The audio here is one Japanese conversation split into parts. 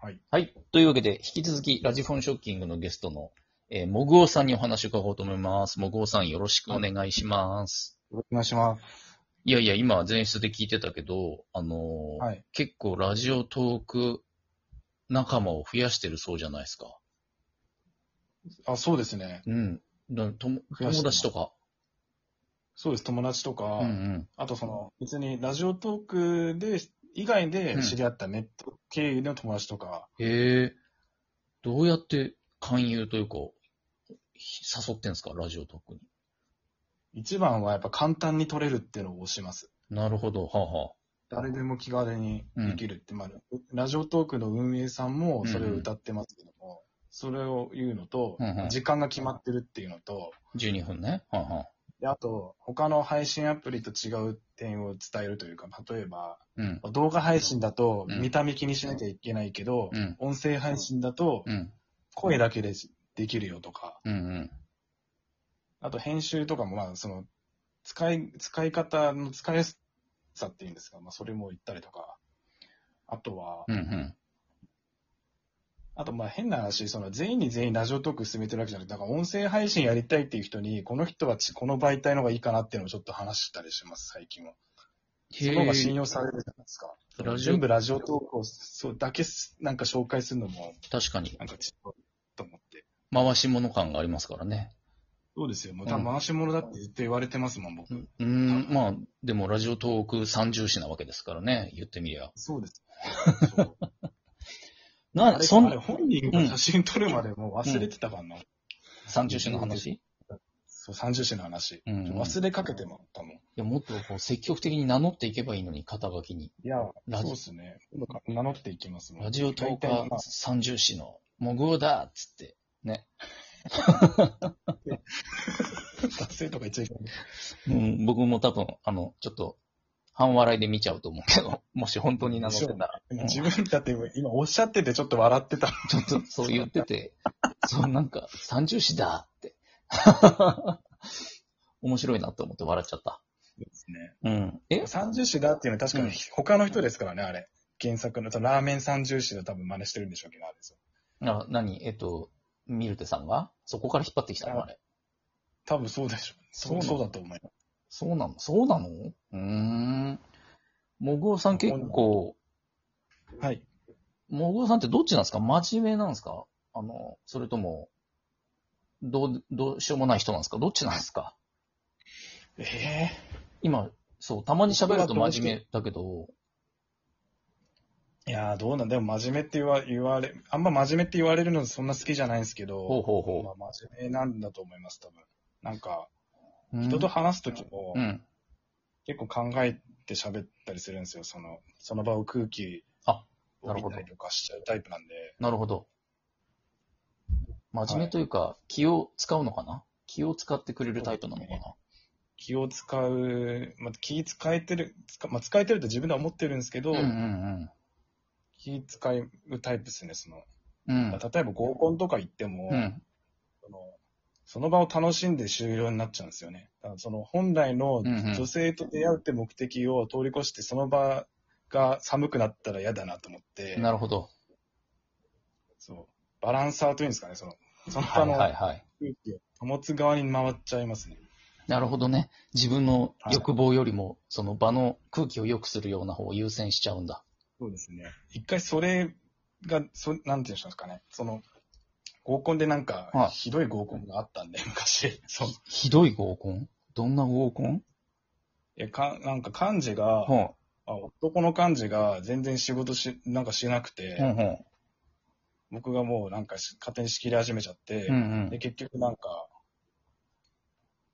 はい。はい。というわけで、引き続き、ラジフォンショッキングのゲストの、えー、もぐおさんにお話を伺おうと思います。もぐおさん、よろしくお願いします。お願いします。いやいや、今、前室で聞いてたけど、あのーはい。結構、ラジオトーク仲間を増やしてるそうじゃないですか。あ、そうですね。うん。だとも増やしてる友達とか。そうです。友達とか、うんうん。あとその、別にラジオトークで、以外うんで知り合ったネット経由の友達とか、へえ。どうやって勧誘というか、誘ってんすかラジオトークに。一番はやっぱ簡単に取れるっていうのを推します。なるほど。はあ、はあ。誰でも気軽にできるって、まあ、ラジオトークの運営さんもそれを歌ってますけども、それを言うのと、うんうん時間が決まってるっていうのと、 12分ね。はんはん。であと、他の配信アプリと違う点を伝えるというか、例えば、うん。動画配信だとうん見た目気にしなきゃいけないけど、うん音声配信だとうん。声だけでできるよとか、うんうん。あと編集とかも、まあ、その、使い、使い方の使いやすさっていうんですか、まあ、それも言ったりとか、あとは、うんうん。あと、まあ、変な話、その、全員に全員ラジオトーク進めてるわけじゃなくて、なんか音声配信やりたいっていう人に、この人はちこの媒体の方がいいかなっていうのをちょっと話したりします、最近は。その方が信用されるじゃないですか。ラジオ全、部ラジオトークを、そう、だけす、なんか紹介するのも、確かにな。んか違うと思って。回し物感がありますからね。そうですよ。まうたん回し物だってずっと言われてますもん、僕。うーん、まあ、でもラジオトーク三重視なわけですからね。言ってみりゃ。そうです。あな、れそあれん、本人が写真撮るまでもう忘れてたからな。三重視の話いそう、三重詩の話。うんうん忘れかけてもったもん。いや、もっとこう積極的に名乗っていけばいいのに、肩書きに。や、ラジそうですね。今度名乗っていきますもん。ラジオトー大ク体まあは三重視の、もぐおだっつって。達成とか言っちゃいけない。うん、僕も多分、あの、ちょっと、半笑いで見ちゃうと思うけど、もし本当に名乗ってたら。でも自分だって今おっしゃっててちょっと笑ってた。ちょっとそう言ってて、そうなんか、三重視だって。 面白いなと思って笑っちゃった。ですね。うん。え三重詩だっていうのは確かうんに他の人ですからね、あれ。原作の、ラーメン三重詩で多分真似してるんでしょうけど、あれですよ。あ、何えっと、ミルテさんがそこから引っ張ってきたのあれ。多分そうでしょう。そうそう、そなのうだと思います。そうなのそうなのうーん。もぐおさん結構、はい。もぐおさんってどっちなんですか真面目なんですかあの、それとも、どう、どうしようもない人なんですかどっちなんですかええ今、そう、たまに喋ると真面目だけど、いやー、どうなんでも真面目って言わ言われ、あんま真面目って言われるのそんな好きじゃないんですけど、ほうほうほうまあ、真面目なんだと思います、多分。なんか、うん人と話すときも、うん。結構考えて喋ったりするんですよ、その、その場を空気あを見たりとかしちゃうタイプなんで、なるほど。真面目というか、気を使うのかな気を使ってくれるタイプなのかな気を使う、まあ、気使えてる、使まあ、使えてると自分では思ってるんですけど、うんうん気使うタイプですね、その。うん。うんまあ例えば合コンとか行っても、うん。そのその場を楽しんで終了になっちゃうんですよね。だからその本来のうんうん女性と出会うって目的を通り越して、その場が寒くなったら嫌だなと思って、なるほど。そうバランサーというんですかね、そのその場はいのはい空はい。気を保つ側に回っちゃいますね。なるほどね。自分の欲望よりも、その場の空気を良くするような方を優先しちゃうんだ。そうですね。一回それが、そなんていうんですかね、その合コンでなんかはい、ひどい合コンがあったんで、昔。そうひどい合コンどんな合コンいやかなんか幹事が、ほあ男の幹事が全然仕事しなんかしなくて、う。ほうほ僕がもうなんかし勝手に仕切り始めちゃって、う。うんで、結局なんか、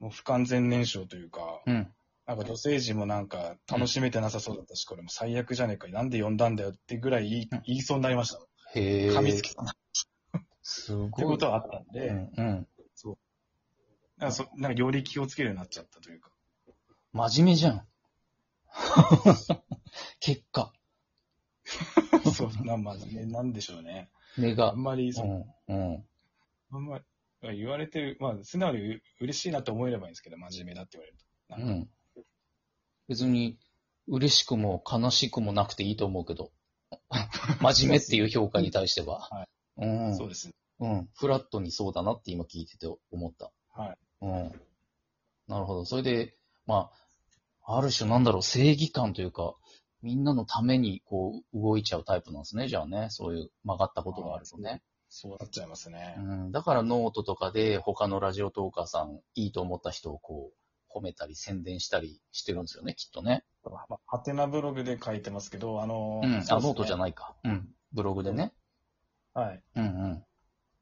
もう不完全燃焼というか、うん。うん。なんか女性陣もなんか楽しめてなさそうだったし、これもう最悪じゃねえか、なんで呼んだんだよってぐらい言いうん言いそうになりました。へえ。噛みつきそうなっすごい。ってことはあったんうで、んうん。なんかそなんかより気をつけるようになっちゃったというか。真面目じゃん。 結果、そう、なんまあね、なんでしょうね。目あがん。まりその、うん。うん。あんまり言われてる、まあ素直にう嬉しいなと思えればいいんですけど、真面目だって言われると。うなんかん。 別に、嬉しくも悲しくもなくていいと思うけど。真面目っていう評価に対しては。はうん。そうですね。うん。フラットにそうだなって今聞いてて思った。はい。うん。なるほど。それで、まあ、ある種なんだろう、正義感というか、みんなのためにこう動いちゃうタイプなんですね。じゃあね、そういう曲がったことがあるとね。そうなっちゃいますねう。ん。だからノートとかで他のラジオトーカーさん、いいと思った人をこう、褒めたり宣伝したりしてるんですよね、きっとね。まあハテナブログで書いてますけど、あのうん。あ、ノートじゃなないか。うん。ブログでね。い。はい。うんうん。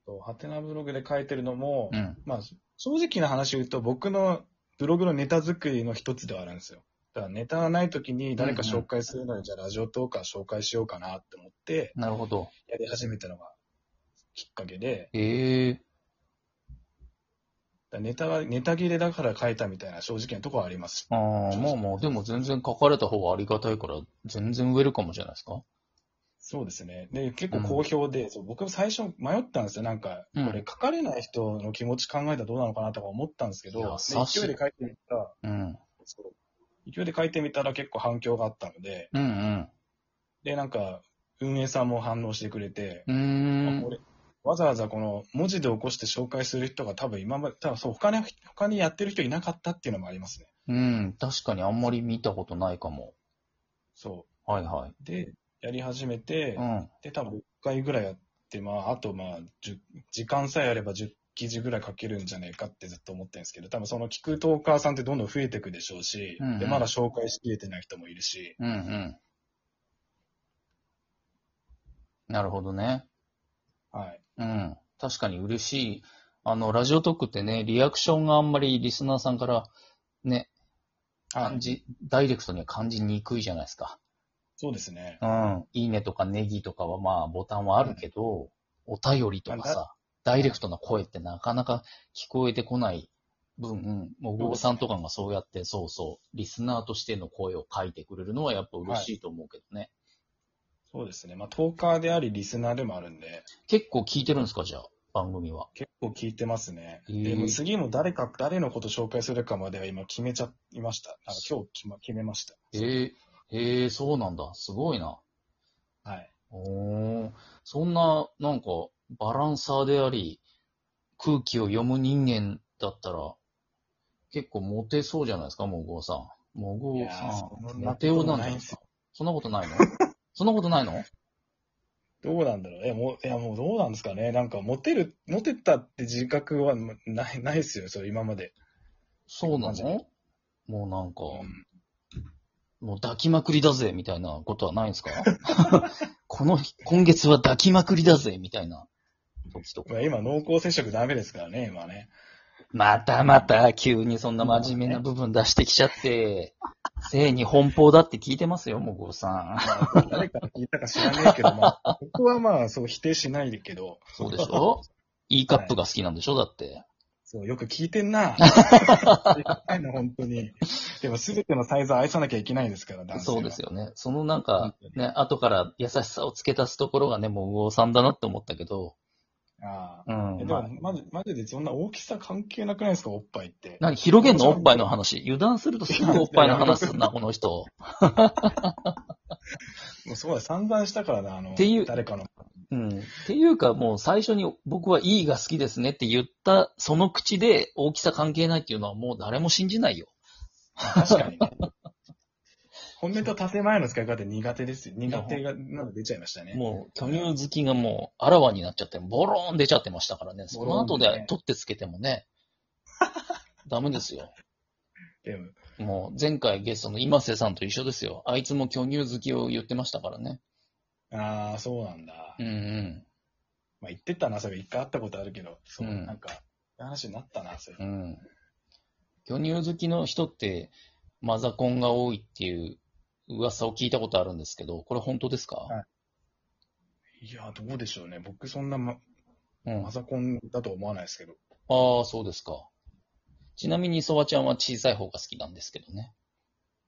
とハテナブログで書いてるのも、うん。まあ、正直な話を言うと、僕のブログのネタ作りの一つではあるんですよ。だからネタがない時に誰か紹介するのに、じゃあラジオトーカー紹介しようかなって思って、なるほど。やり始めたのがきっかけで、ええだからネタは、ネタ切れだから書いたみたいな正直なところはあります。ああ、まあまあ、でも全然書かれた方がありがたいから、全然ウェルカムじゃないですか。そうですね。で、結構好評で、そう僕も最初迷ったんですよ。なんか、うんこれ書かれない人の気持ち考えたらどうなのかなとか思ったんですけど、いでや優しい勢いで書いてみたら、うん。そう勢いで書いてみたら結構反響があったので、うんで、なんか、運営さんも反応してくれて、うん。うーあん。これわざわざこの文字で起こして紹介する人が多分今まで、多分そう、他に、他にやってる人いなかったっていうのもありますね。うん。確かにあんまり見たことないかも。そはいはう。で、やり始めい。てう、ん。で、多分1回ぐらいやって、まあ、あとまあ、10時間さえあれば10記事ぐらい書けるんじゃねえかってずっと思ってるんですけど、多分その聞くトーカーさんってどんどん増えていくでしょうし、うんうんで、まだ紹介しきれてない人もいるし、うんうん。なるほどね。はい。うん。確かに嬉しい。あの、ラジオトークってね、リアクションがあんまりリスナーさんからね、感じ、ダイレクトには感じにくいじゃないですか。そうですね。うん。いいねとかネギとかはまあボタンはあるけど、お便りとかあさ、ダイレクトな声ってなかなか聞こえてこない分、うん、もうごさんとかがそうやって、そうそう、リスナーとしての声を書いてくれるのはやっぱ嬉しいと思うけどね。そうですね。まあ、トーカーであり、リスナーでもあるんで、結構聞いてるんですか、じゃあ、番組は。結構聞いてますね。へえでもう次も誰か、誰のこと紹介するかまでは今決めちゃいました。なんか今日決,、ま、決めました。えー、えー、そうなんだ。すごいな。はい。おーそんな、なんか、バランサーであり、空気を読む人間だったら、結構モテそうじゃないですか、モゴーさん。モいゴーやーさそん、んなモテ男なんじなゃいなんいですすよか。そんなことないのそんなことないのどうなんだろう。いや、もう、いや、もうどうなんですかね。なんか、モテる、モテたって自覚はない、ないですよ。それ今まで。そうなマジでのもうなんか、うんもう抱きまくりだぜ、みたいなことはないんですか この、今月は抱きまくりだぜ、みたいな時とか。まあ今、濃厚接触ダメですからね、今ね。またまた急にそんな真面目な部分出してきちゃって、性に奔放だって聞いてますよ、もうごさん。まあ誰から聞いたか知らねえけど、まあ、僕はまあ、そう否定しないけど、そうでし ょ ?E カップが好きなんでしょだって。そう、よく聞いてんな。 ないの、本当に。でも、すべてのサイズを愛さなきゃいけないですから、男性はそうですよね。そのなんか本当、にね、後から優しさを付け足すところがね、もうごさんだなって思ったけど、ああ。うんえで。まも、あマジ、マジでそんな大きさ関係なくないですか、おっぱいって。何広げんのおっぱいの話。油断するとす ぐおっぱいの話すんな、この人。もうそうだ、散々したからな、あの、っていう誰かの。うん。っていうか、もう最初に僕は E が好きですねって言った、その口で大きさ関係ないっていうのはもう誰も信じないよ。確かにね。 本音と建前の使い方苦手ですよ。苦手が、なんか出ちゃいましたね。もう、巨乳好きがもう、あらわになっちゃって、ボローン出ちゃってましたからね。そボのローン後ねで取ってつけてもね、 ダメですよ。でも、もう、前回ゲストの今瀬さんと一緒ですよ。あいつも巨乳好きを言ってましたからね。ああ、そうなんだ。うんうん。まあ、言ってたな、それ一回会ったことあるけど、そう、うんなんか、話になったな、それ。うん。巨乳好きの人って、マザコンが多いっていう噂を聞いたことあるんですけど、これ本当ですか、はいいや、どうでしょうね。僕、そんなま、うん。マあザコンだと思わないですけど。あ、そうですか。ちなみに、ソワちゃんは小さい方が好きなんですけどね。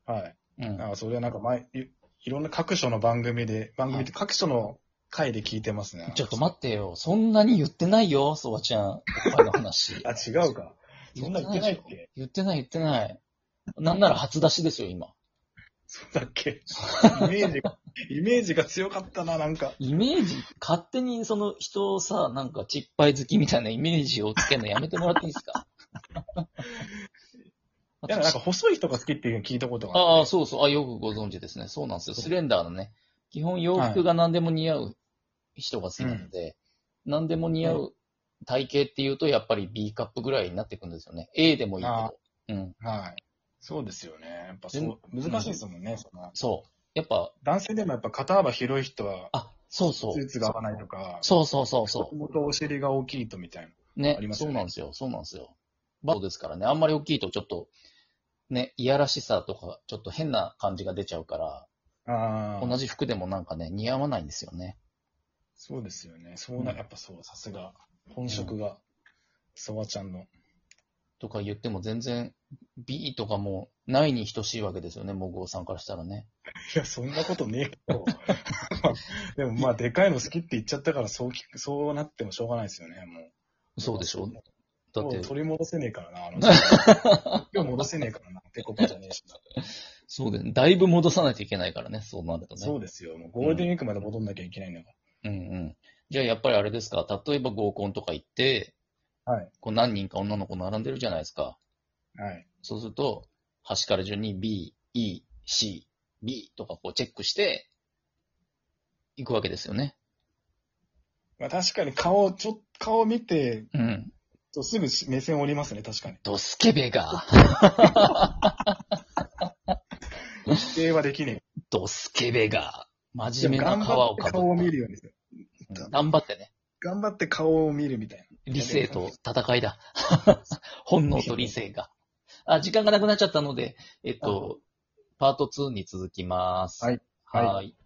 はい。うん。あそれはなんか前、いいろんな各所の番組で、番組って各所の回で聞いてますね。ちょっと待ってよ。そんなに言ってないよ、ソワちゃん。おっぱいの話。 あ、違うか。そんな言ってないっけ言ってない、言ってない。なんなら初出しですよ、今。 そうだっけイメージが、イメージが強かったな、なんか。イメージ、勝手にその人をさ、なんかちっぱい好きみたいなイメージをつけるのやめてもらっていいです かいや、なんか細い人が好きっていうのを聞いたことがある。ああ、そうそう。あ、よくご存知ですね。そうなんですよ。スレンダーのね。基本洋服が何でも似合う人が好きなので、何でも似合う体型っていうと、やっぱり B カップぐらいになってくんですよね。A でもいいけあど。うん。はい。そうですよね。やっぱそう、難しいですもんね、その。そう。やっぱ、男性でもやっぱ肩幅広い人は、あ、そうそう。スーツが合わないとか、そうそうそうそもともとお尻が大きいとみたいな。う。ねありますそようねなんですよ。そうなんですよ。バットですからね。あんまり大きいとちょっと、ね、いやらしさとか、ちょっと変な感じが出ちゃうから、ああ。同じ服でもなんかね、似合わないんですよね。そうですよね。そうな、うんやっぱそう、さすが。本職が、ソワちゃんの。とか言っても全然 B とかもうないに等しいわけですよね、モグオさんからしたらね。いや、そんなことねえ よ。でもまあ、でかいの好きって言っちゃったから、そう聞く、そうなってもしょうがないですよね、もう。そうでしょだっもてう、取り戻せねえからな、あの 人今日戻せねえからな、ペコパじゃねえしな。そうだよね。だいぶ戻さないといけないからね、そうなるとね。そうですよ。もうゴールデンウィークまで戻んなきゃいけないんだかうんうん。じゃあやっぱりあれですか、例えば合コンとか行って、ら。はい。こう何人か女の子並んでるじゃないですか。はい。そうすると、端から順に B、E、C、B とかこうチェックして、行くわけですよね。まあ、確かに顔を、ちょっと、顔を見て、うん。そうすぐし目線を折りますね、確かに。ドスケベが、否定はできねえ。ドスケベが、で真も面目頑な皮張をってかぶ顔を見っるようにする。た。頑張ってね。頑張って顔を見るみたいな。理性と戦いだ。 本能と理性が。あ、時間がなくなっちゃったので、えっと、パート2に続きます。はい。は。はいいはい